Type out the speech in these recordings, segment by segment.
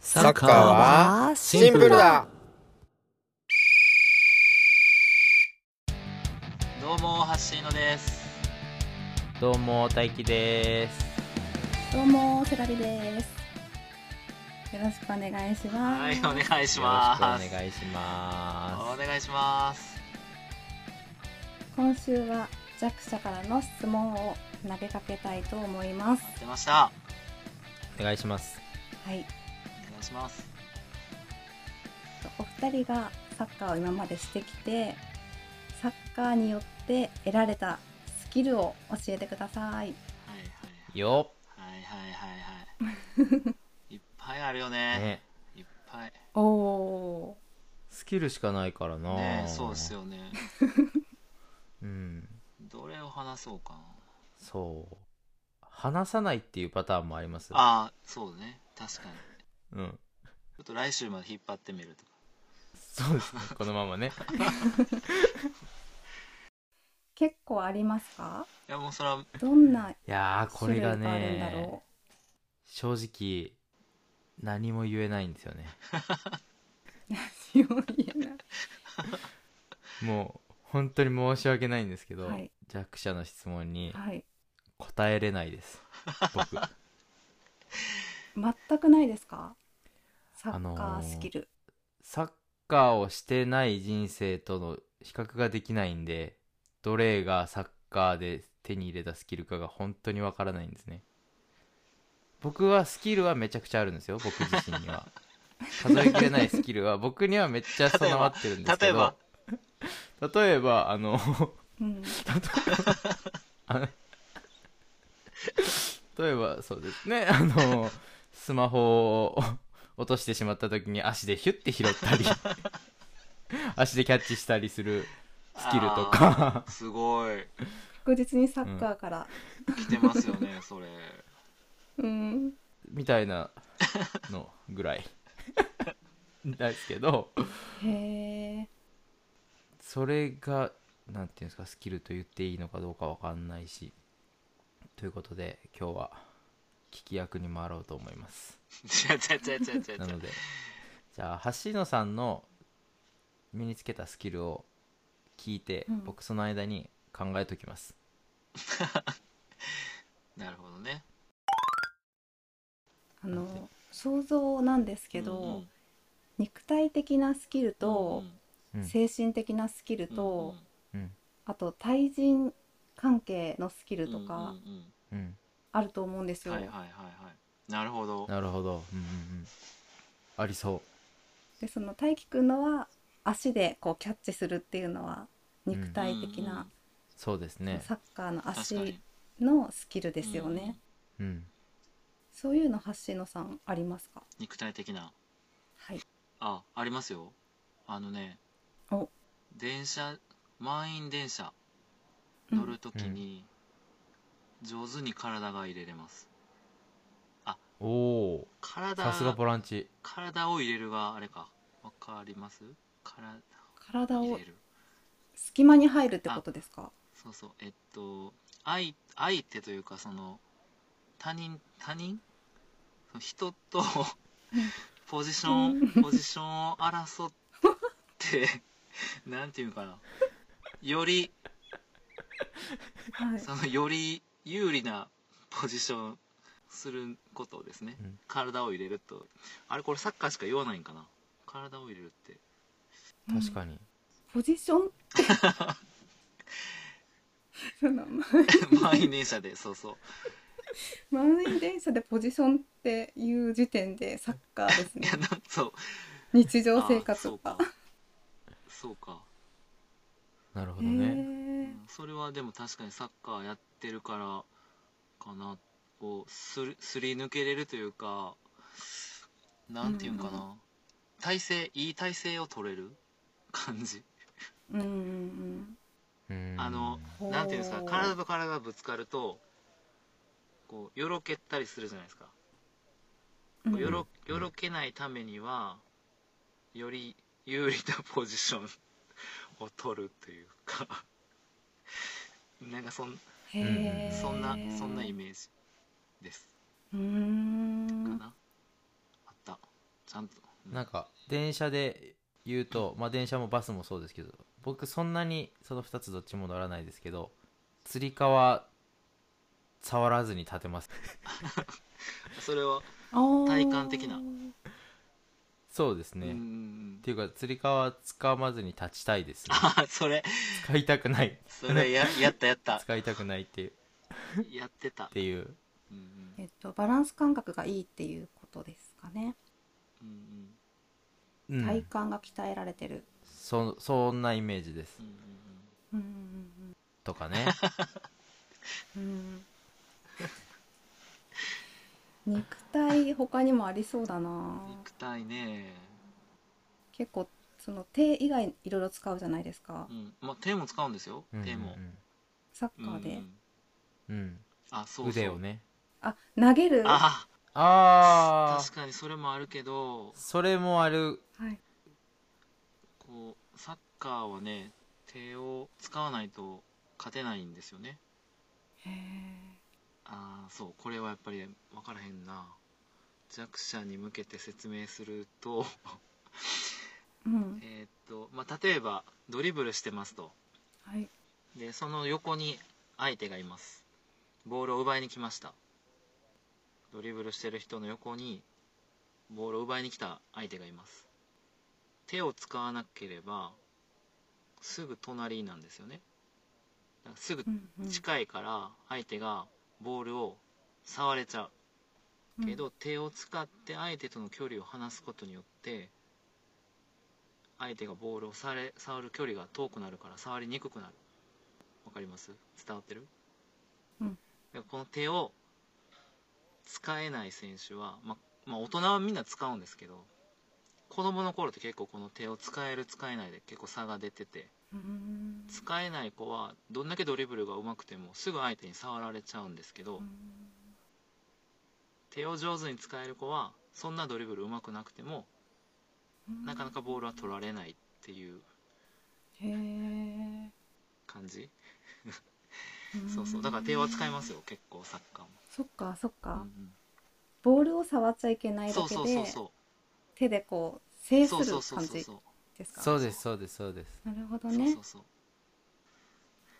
サッカーはシンプルだどうも、ハッシーノです。どうも大輝ですどうも、セラリです。よろしくお願いします。はい、お願いしよろましす。くお願いしおま願いします。今週は弱者からの質問を投げかけたいと思います。出ました。すお願いしますはい、お願いします。お二人がサッカーを今までしてきて、サッカーによって得られたスキルを教えてください。はいよはいはいはいはいはい。いっぱいあるよね。ねいっぱい。おお、スキルしかないからなね、そうですよね。うんどれを話そうかな。そう話さないっていうパターンもありますああ、そうね。確かに。うんちょっと来週まで引っ張ってみるとか。そうですねこのままね結構ありますか？いや、もうそれは、どんないやーこ種れ類ががあるんだろう。ね正直何も言えないんですよね何も言 えないもう本当に申し訳ないんですけど、はい弱者の質問にはい、答えれないです僕全くないですか？サあッのカーースキル。サッカーをしてない人生との比較ができないんでどれがサッカーで手に入れたスキルかが本当にわからないんですね僕はスキルはめちゃくちゃあるんですよ僕自身には数えきれないスキルは僕にはめっちゃ備わってるんですけ例えばど例えばあのうん。あの 例えばそうですね あのスマホを落としてしまった時に足でヒュッて拾ったり足でキャッチしたりするスキルとかすごい。確実にサッカーから、来てますよね、それ。うん、 みたいなのぐらい ですけどへえそれがなんていうんですかスキルと言っていいのかどうかわかんないしということで今日は聞き役に回ろうと思います。違う違う違う違う違うな違のう。でじゃあ橋野さんの身につけたスキルを聞いて、うん僕その間に考えときますなるほどね。あの想像なんですけど、肉体的なスキルと、うん精神的なスキルと、うんあと対人関係のスキルとうんかうんうんうんあると思うんですよ、はいはいはいはいなるほどなるほどうんうんうんありそでその大輝くんのは足でこうキャッチするっていうのはうん肉体的な、うそうですねサッカーの確かに足のスキルですよね、うんうんそういうの橋野さんありますか肉体的なはいあありますよあのねお電車満員電車うん乗るときに上手に体が入れれますおおー体さすがボランチ体を入れるがあれかわかります体体をを入れる隙間に入るってことですかそうそうえっと相相手というかその他人他人その人とポジションポジションを争ってなんていうのかなよりはいそのより有利なポジションすることですね、うん体を入れるとあれこれサッカーしか言わないんかな体を入れる って確かに、ポジションってそのま満員電車でそうそう満員電車でポジションっていう時点でサッカーですいねやなんそう日常あ生活そとうかかそうかなるほへどねえそれはでも確かにサッカーやってるからかなこうすりすり抜けれるというかなんていうんかな、うん体勢いい体勢を取れる感じうんうんうんあのうんなんていうんですかほ体と体がぶつかるとこうよろけったりするじゃないですかうこんうよろうんよろけないためにはより有利なポジションを取るというかなんかそんへえそんなそんなイメージですうーかんなあったちゃんとなんか電車で言うと、まあ、電車もバスもそうですけど僕そんなにその2つどっちも乗らないですけどつり革触らずに立てますそれは体体感的なそうですね、うっん ていうかつり革掴まずに立ちたいです、ね、あそれ使いたくないそれややったやった使いたくないっていうやってたっ、ていううんうんえっと、バランス感覚がいいっていうことですかね、うんうんうん体幹が鍛えられてるそそんなイメージですうんうんうんうんとかねうんうんうん肉体他にもありそうだなうん肉体ね、結構その手以外いろいろ使うじゃないですかうんまあ、手も使うん ですよ手も、サッうんカうーで、んうん、うんあそうそう腕をねあ投げるはあああ確かにそれもあるけどそれもあるいこうサッカーはね手を使わないと勝てないんですよねへああそうこれはやっぱり分からへんな弱者に向けて説明するとーうんえーっと、まあ、例えばドリブルしてますとはいでその横に相手がいますボールを奪いに来ましたドリブルしてる人の横にボールを奪いに来た相手がいます手を使わなければすぐ隣なんですよねだからすぐうんうん近いから相手がボールを触れちゃうけど手を使って相手との距離を離すことによって相手がボールを触れ触る距離が遠くなるから触りにくくなるわかります伝わってる、うんでこの手を使えない選手は、ままあ大人はみんな使うんですけど子供の頃って結構この手を使える使えないで結構差が出ててうんうん使えない子はどんだけドリブルが上手くてもすぐ相手に触られちゃうんですけど、うん手を上手に使える子はそんなドリブル上手くなくてもなかなかボールは取られないっていうへえ感じ、そうそうだから手は使いますよ結構サッカーも、そっかそっうんかうんボールを触っちゃいけないそだうけそうそうでそ手でこうう制すそうるそうそう感そうじそうですかそうですそうですそうですなるほどそうねそうそう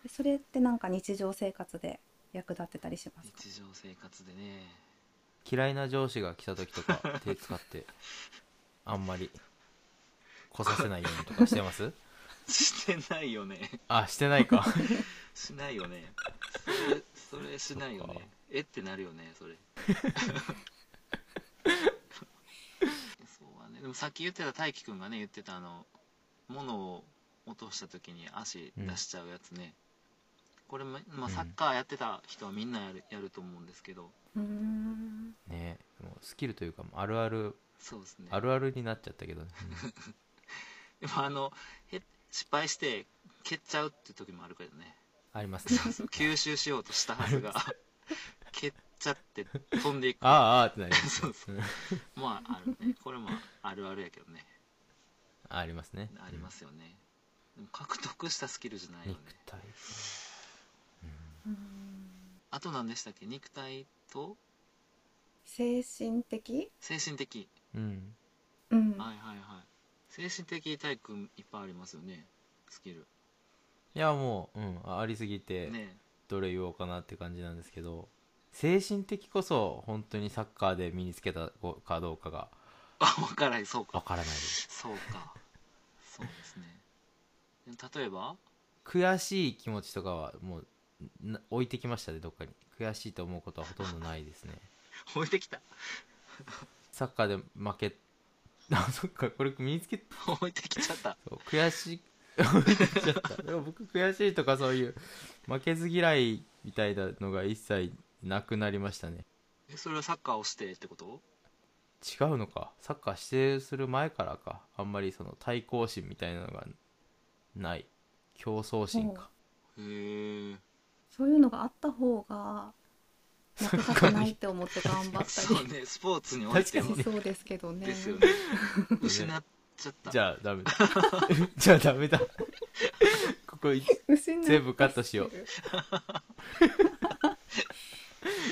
それってなんか日常生活で役立ってたりしますか日常生活でね 嫌いな上司が来た時とか手使 ってあんまり来させないようにとかしてます してないよねあしてない かしないよねそれそれしないよそっかねえってなるよね それそうはねでもさっき言ってた大樹くんがね言ってたあの物を落とした時に足出しちゃうやつね、これも、まうあ、んサッカーやってた人はみんなやる,、やると思うんですけどうーんねもうスキルというかあるあるそうですねあるあるになっちゃったけど、ね、 でもあのへ失敗して蹴っちゃうって時もあるけどねありますねそう吸収しようとしたは ずが蹴っちゃって飛んでいくああああってなりますそうそうまああるねこれもあるあるやけどねありますねありますよねでも獲得したスキルじゃないうんよね肉体うーんあと何でしたっけ肉体と精神的精神的、うん、うんはうんいはいはい精神的体育いっぱいありますよねスキルいやもう、うん、あありすぎて、ねどれ言おうかなって感じなんですけど精神的こそ本当にサッカーで身につけたかどうかがあ分からないそうわかからないですそうかそうですねでも例えば悔しい気持ちとかはもうな置いてきましたねどっかに悔しいと思うことはほとんどないですね置いてきたサッカーで負け あそっかこれ身につけ置いてきちゃったそう悔しい 置いてきちゃったでも僕悔しいとかそういう負けず嫌いみたいなのが一切なくなりましたねえそれはサッカーをしてってこと違うのかサッカー指定する前からかあんまりその対抗心みたいなのがない競争心かへえそういうのがあった方が負けたくないって思って頑張ったそうりねスポーツにおいては確しそうですけどねです よね失っちゃったじゃあダメだ じゃあダメだ ここい失い全部カットしよう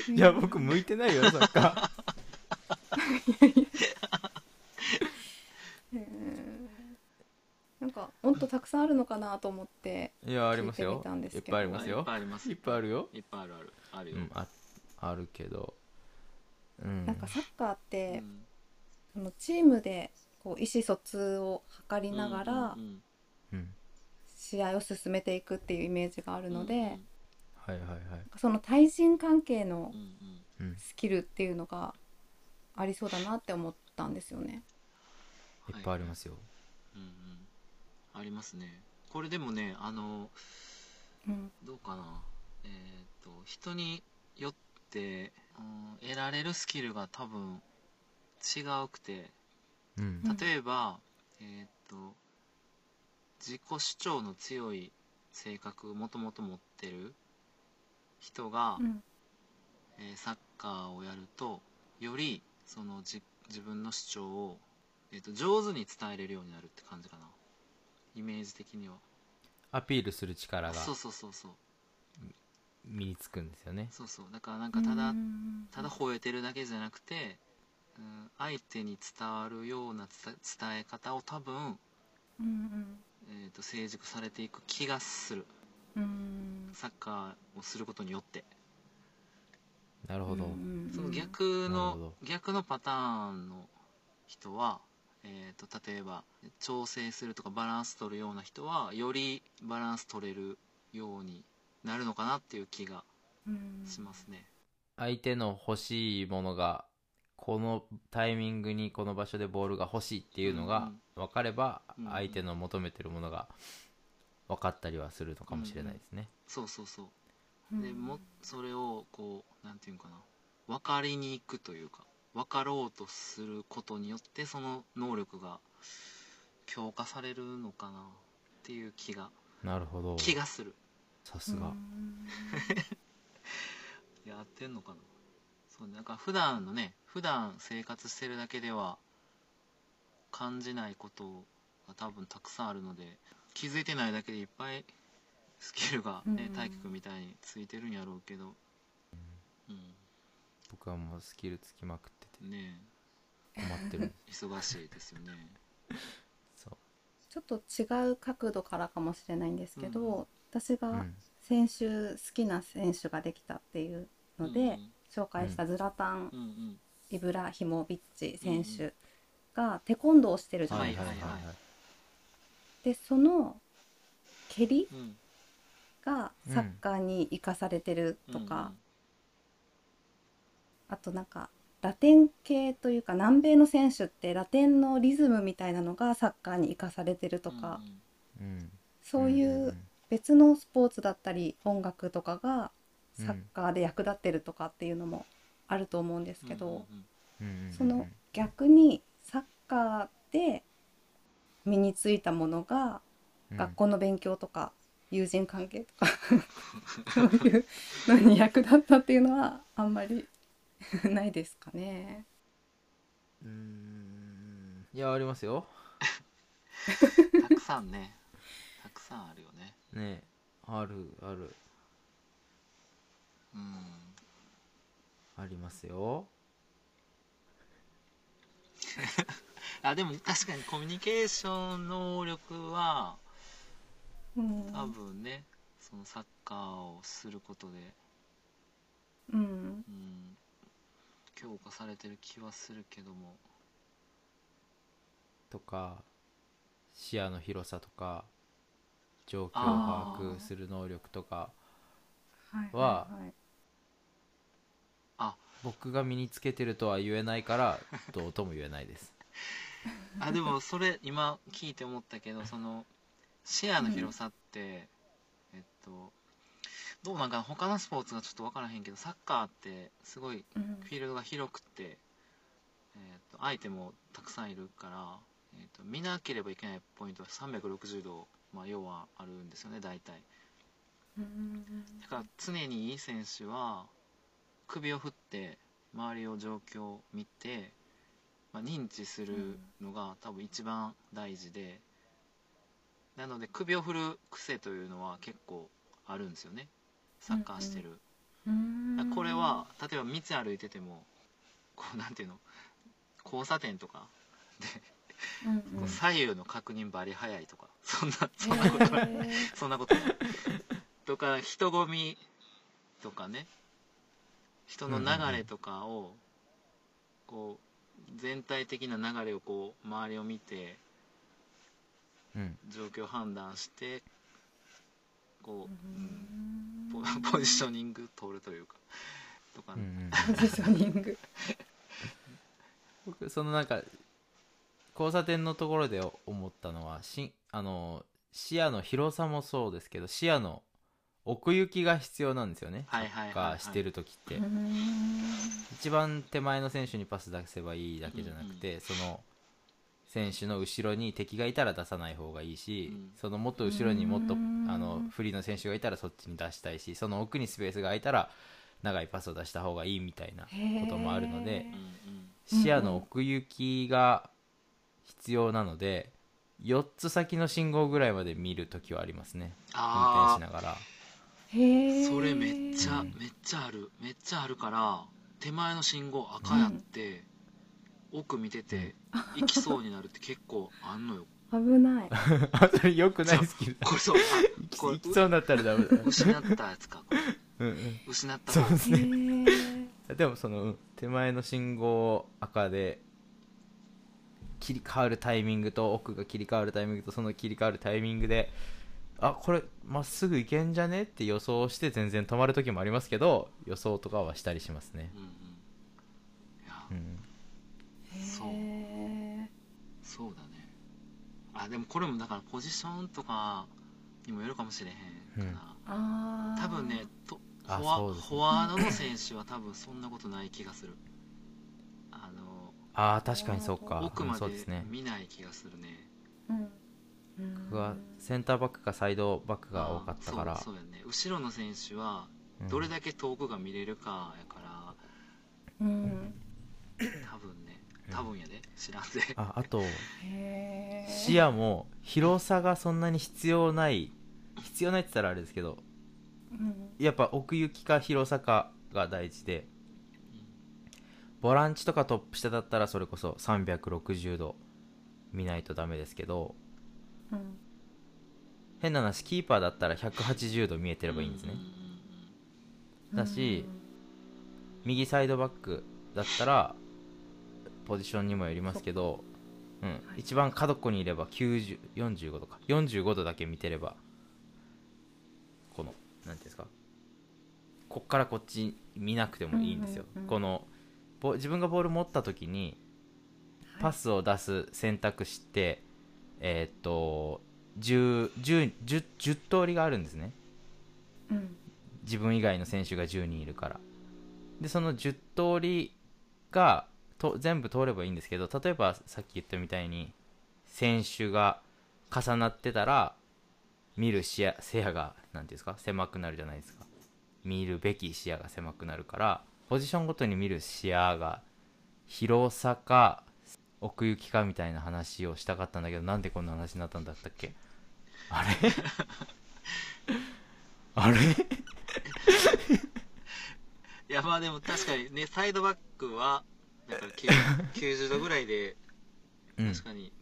うんや僕向いてないよサッカーっとたくさんあるのかなと思っていやあります聞いてよみたんですいっけどぱいありますいっよぱいありますいっぱいあるよいっぱいあるあるあるうよ、んああるけどうんなんかサッカーっうて、んそのチームでこう意思疎通を図りながらうんうんうん試合を進めていくっていうイメージがあるうんので、はいはいはいその対人関係のうんうんうんスキルっていうのがありそうだなって思ったんですよね。いっぱいありますようんうんありますねこれでもねあのうん、どうかなえっと人によって、うん、得られるスキルが多分違うくてうんうん例えば、えーっと自己主張の強い性格をもともと持ってる人が、うん、えーサッカーをやるとよりそのじ自分の主張を、えーっと上手に伝えれるようになるって感じかなイメージ的にはアピールする力がそうそうそうそう身につくんですよねそうそうだからなんかただうんただ吠えてるだけじゃなくて、うん、相手に伝わるような伝伝え方を多分、うんえー、と成熟されていく気がするうんうんサッカーをすることによってなるほどうんうんうんそのなるほ逆のど逆のパターンの人は、えー、と例えば調整するとかバランス取るような人はよりバランス取れるようになるのかなっていう気がうんしますね、相手の欲しいものがこのタイミングにこの場所でボールが欲しいっていうのが分かればうんうん相手の求めてるものが分かったりはするのかもしれないですね。そうそうそううんでもそれをこうなんていうんかな分かりに行くというか分かろうとすることによってその能力が強化されるのかなっていう気がなるほど。気がするさすがう。んやってんのかなそうなんか普段のね普段生活してるだけでは感じないことが多分たくさんあるので気づいてないだけでいっぱいスキルが、ねうん大輝くんみたいについてるんやろうけどうん僕はもうスキルつきまくっててね困ってるんでえ忙しいですよねす。そう。ちょっと違う角度からかもしれないんですけど、うん私うがん。先週好きな選手ができたっていうので、紹介したズラタン・うんうんイブラヒモビッチ選う手がテコンドーをしてるじゃはないいではすいか。はいはい。でその蹴りうんがサッカーに生かされてるうんとか、あとなんかラテン系というか南米の選手ってラテンのリズムみたいなのがサッカーに生かされてるとか、うんうん。そういんんううん別のスポーツだったり音楽とかがサッカーで役立ってるとかっていうのもあると思うんですけど、ううんんうんうんその逆にサッカーで身についたものがうん学校の勉強とか友人関係とかそういうのに役立ったっていうのはあんまり ないですかね。うーんいやありますよ。うんたくさんねたくさんあるよねねあるあるうんありますよ。あでも確かにコミュニケーション能力はうん多分ね、そのサッカーをすることで、うんうん、強化されてる気はするけどもとか視野の広さとか状況を把握する能力とかはいはい僕が身につけてるとは言えないからどうとも言えない です。あでもそれ今聞いて思ったけどその視野の広さって、えっとどうなんかな他のスポーツがちょっと分からへんけどサッカーってすごいうんフィールドが広くて、えー、と相手もたくさんいるから、えー、と見なければいけないポイントは360度、まあ、要はあるんですよね大体うんだから常にいい選手は首を振って周りを状況を見て、まあ、認知するのが多分一番大事で、なので首を振る癖というのは結構あるんですよねサッカーしてる、うんこれは例えば道歩いててもこうなんていうの交差点とかでうんうんこう左右の確認バリ早いとかそんなそんなことないへーそんなことないとか人混みとかね人の流れとかをこう全体的な流れをこう周りを見てうん状況判断してこう、ううんんポポジショニング取るというかとかうんうね、んポジショニング。僕そのなんか交差点のところで思ったのはしあの視野の広さもそうですけど視野の奥行きが必要なんですよねサはいはいはいはッいカーしてる時って、うーん一番手前の選手にパス出せばいいだけじゃなくて、その選手の後ろに敵がいたら出さない方がいいし、うんそのもっと後ろにもっとうんあのフリーの選手がいたらそっちに出したいしその奥にスペースが空いたら長いパスを出した方がいいみたいなこともあるのでへうん視野の奥行きが必要なので4つ先の信号ぐらいまで見るときはありますね運あ転しあながらへえ。それめっちゃうんめっちゃあるめっちゃあるから手前の信号赤やって、奥見てて行きそうにな るって結構あんのよ危ない。あ それ良くないスキルだこれそうあ行きこ行れきそうになったらダメだ、う失ったやつかこれうんうん、失ったそう方ですへねーでもそのうん手前の信号赤で切り替わるタイミングと奥が切り替わるタイミングとその切り替わるタイミングであこれまっすぐ行けんじゃねって予想して全然止まる時もありますけど予想とかはしたりしますねうんうんいや、うんそうへそうだねあでもこれもだからポジションとかにもよるかもしれへんかな、ーあー多分ねとフあォワそうですねフォワードの選手は多分そんなことない気がするあのああ確かにそうか奥うんまでそうですね見ない気がするねうん。うん僕はセンターバックかサイドバックが多かったからあーそうそうやね後ろの選手はうんどれだけ遠くが見れるかやから、うん。多分ねうん多分やで知らんでああとへー視野も広さがそんなに必要ない必要ないって言ったらあれですけどうんやっぱ奥行きか広さかが大事でボランチとかトップ下だったらそれこそ360度見ないとダメですけどうん変な話キーパーだったら180度見えてればいいんですねううだし右サイドバックだったらポジションにもよりますけど、うん、一番角っこにいれば90 45度か45度だけ見てればこの何ていうんですかこっからこっち見なくてもいいんですよ、うんうんうんこのボ自分がボール持った時にパスを出す選択肢って、えーっと 10, 10, 10, 10通りがあるんですねうん自分以外の選手が10人いるからでその10通りがと全部通ればいいんですけど例えばさっき言ったみたいに選手が重なってたら見る視野視野が何ていうんですか狭くなるじゃないですか見るべき視野が狭くなるからポジションごとに見る視野が広さか奥行きかみたいな話をしたかったんだけどなんでこんな話になったんだったっけあれ あれいやまあでも確かにねサイドバックはだから9 90度ぐらいでうん確かに、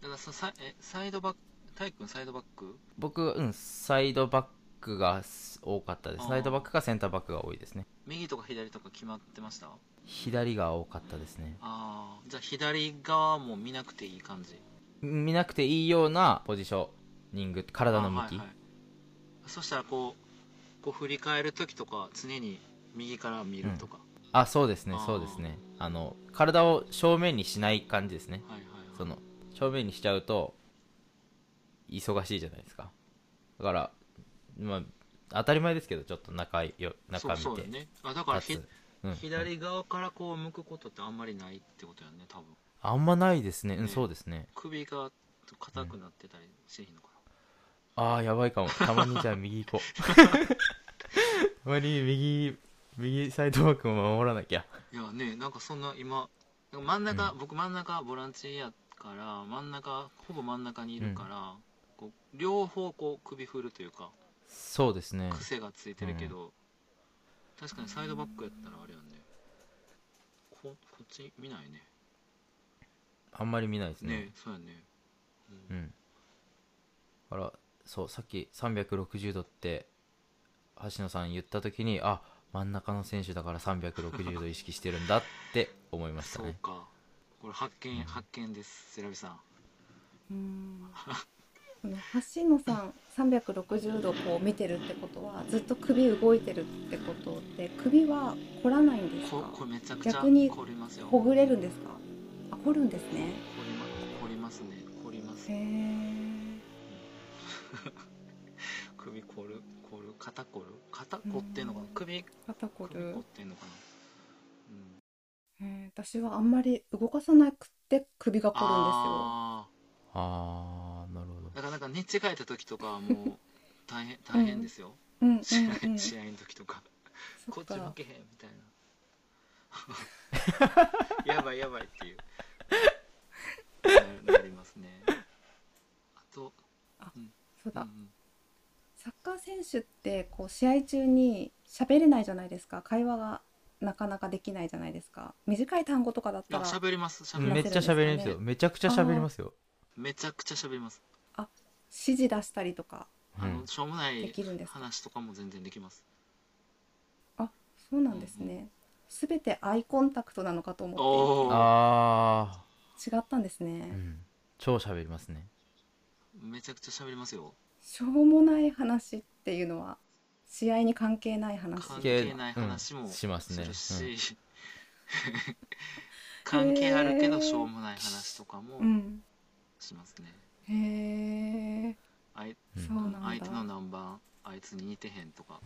だからささえサイドバック体育君サイドバック僕、うん、サイドバックが多かったであす。ーサイドバックかセンターバックが多いですね。右とか左とか決まってました左が多かったですね。ああじゃあ左側も見なくていい感じ見なくていいようなポジショニング、体の向き。あはいはい、そしたらこうこう振り返る時とか常に右から見るとか、あ、そうですねあー、そうですね。あの、体を正面にしない感じですね。はいはいはいその、正面にしちゃうと、忙しいじゃないですか。だから、まあ、当たり前ですけど、ちょっと中よ、中見て。そうそうよねあだからひ立つうん左側からこう向くことってあんまりないってことやね多分あんまないですね。うん、ねそうですね。首が硬くなってたりしひんのかああやばいかもたまにじゃあ右行こう たまに右右サイドバックも守らなきゃな、いやねなんかそんな今なんか真ん中、う僕真ん中ボランチやから真ん中ほぼ真ん中にいるから、こう両方こう首振るというかそうですね癖がついてるけど、確かにサイドバックやったらあれやねここっち見ないねあんまり見ないですねねそうやね、ううんんあらそうさっき360度って橋野さん言った時にあ真ん中の選手だから360度意識してるんだって思いましたそうねかこれ発見、うん発見ですセラビさんうん。この橋野さん360度こう見てるってことはずっと首動いてるってことで首は凝らないんですこかこれめちゃくちゃ逆に凝りますよほぐれるんですかあ凝るんですね凝りま凝りますね凝りますへえ首凝る凝る肩凝る肩凝ってんのかな首肩こ首る凝ってんのかな、うん、へー私はあんまり動かさなくて首が凝るんああーなるほどあだからなんか寝違えた時とかはもう大変大変ですよ、です試よ合うんうんうん試合の時とかこそっっち向かけへんみたいな やばいやばいっていうななりますねあと、そううんうだんサッカー選手ってこう試合中に喋れないじゃないですか会話がなかなかできないじゃないですか短い単語とかだっいやたら喋りますう喋んりめまっすちゃ喋りますよめちゃくちゃ喋りますよ、めちゃくちゃ喋ります、指示出したりとかうあんの、しょうもなでいきるんですか話とかも全然できますそうなんですねすべてアイコンタクトなのかと思っおおあて違ったんですあ、うねん、超喋りますねめちゃくちゃ喋りますよしょうもない話っていうのは試合に関係ない話関関係係ない話もうんすしますねるし 関係あるけどしょうもない話とかもうんしますね、へえあいうんそうなんだ相手のナンバーあいつに似てへんとか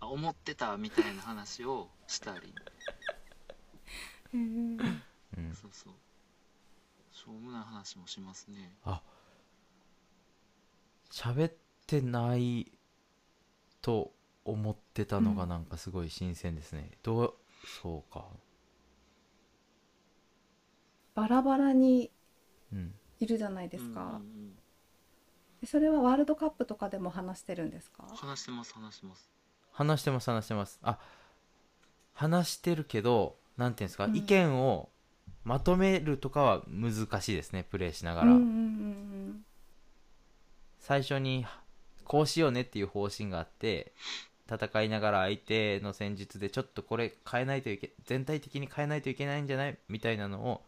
あ思ってたみたいな話をした りへーうん、そうそうしょうもない話もしますねあ喋ってないと思ってたのがうんなんかすごい新鮮ですね、どうそうかバラバラにうんいるじゃないですかうんうんそれはワールドカップとかでも話してるんですかうん話してます話してます話してます話してますあ話してるけどなんていうんですか、うん意見をまとめるとかは難しいですねプレイしながうら、んうんうん最初にこうしようねっていう方針があって戦いながら相手の戦術でちょっとこれ変えないといけ全体的に変えないといけないんじゃないみたいなのを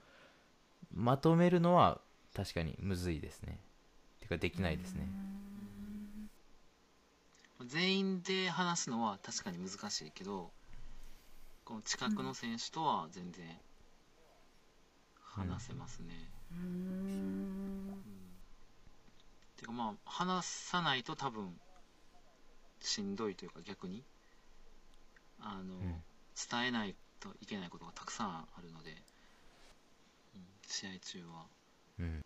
まとめるのは確かにむずいですねてかできないですね全員で話すのは確かに難しいけどこの近くの選手とは全然話せますね、うんうんうんてかまあ話さないと多分しんどいというか逆にあの、ん伝えないといけないことがたくさんあるので、うん試合中はうん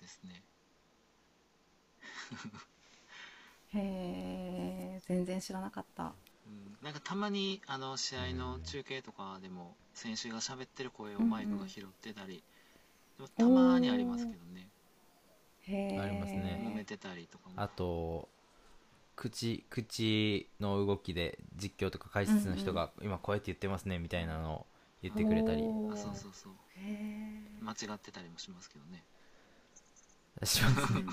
ですねへえ全然知らなかったうんなんかたまにあの試合の中継とかでも選手が喋ってる声をマイクが拾ってたり、でもたまにありますけどねへえありますね揉めてたりとかもあと口口の動きで実況とか解説の人が今こうやって言ってますねみたいなのを言ってくれたりおーあそうそうそうへえ間違ってたりもしますけどねしますうねん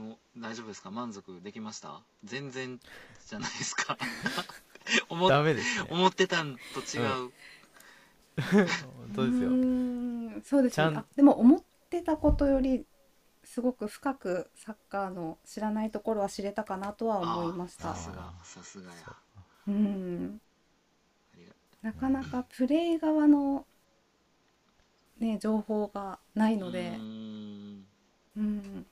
うん もう大丈夫ですか満足できました全然じゃないですか 思っダメですね思ってたんと違う、本当ですよんそうですねちゃんあでも思ってたことよりすごく深くサッカーの知らないところは知れたかなとは思いましあたさすがあさすがやそううんありがなかなかプレイ側のね情報がないのうでーんうん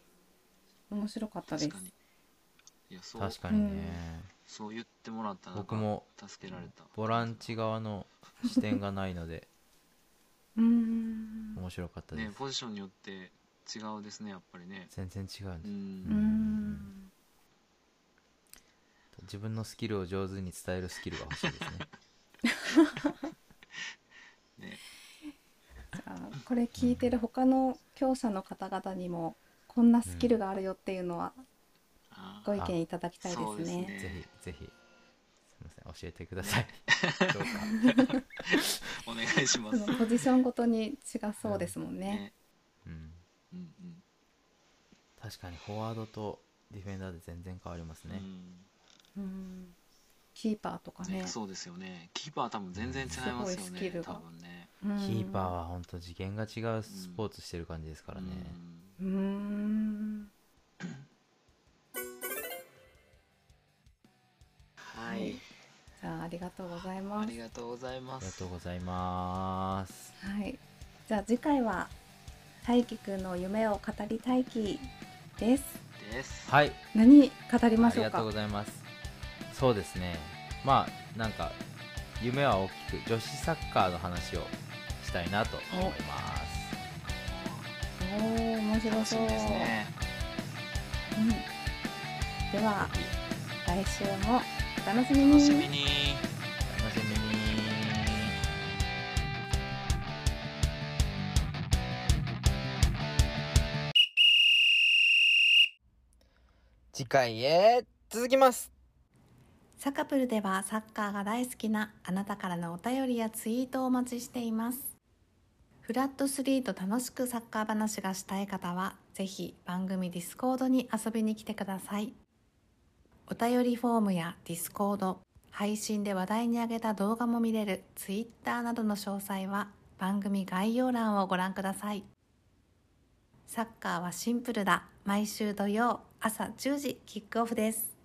面白かったです確かにいやそう確かにね、そう言ってもらったら僕も助けられたボランチ側の視点がないのでうん面白かったでねすポジションによって違うですねやっぱりね全然違うんうですうんん自分のスキルを上手に伝えるスキルが欲しいですねねじゃあこれ聞いてる他の強者の方々にもこんなスキルがあるよっていうのはあーご意見いただきたいですそうですね ね ぜひぜひすみません教えてくださいどうかお願いしまそす。のポジションごとに違そうですもんね。ねうんうんうん確かにフォワードとディフェンダーで全然変わりますね、うんキーパーとかうんねね。そうですよね。キーパーは多分全然違いますよすごいね。スキル多が分ね。うんキーパーは本当次元が違うスポーツしてる感じですからね、うんうーん。はい。じゃあありがとうございあますり。がとうございまありがすとう。ございますはい。じゃあ次回は大輝くんの夢を語り大輝です。です。はい何語りまあしりょがとううかご。ざいますそうですねまあなんか夢は大きく女子サッカーの話をしたいなと思いますおおー面白楽しそう。みですね。うん。ではぜひ来週もお楽しみに。楽しお楽しみに。みに次回へ続きますサカプルではサッカーが大好きなあなたからのお便りやツイートをお待ちしています。フラット3と楽しくサッカー話がしたい方は、ぜひ番組ディスコードに遊びに来てください。お便りフォームやディスコード、配信で話題に上げた動画も見れるツイッターなどの詳細は番組概要欄をご覧ください。サッカーはシンプルだ。毎週土曜朝10時キックオフです。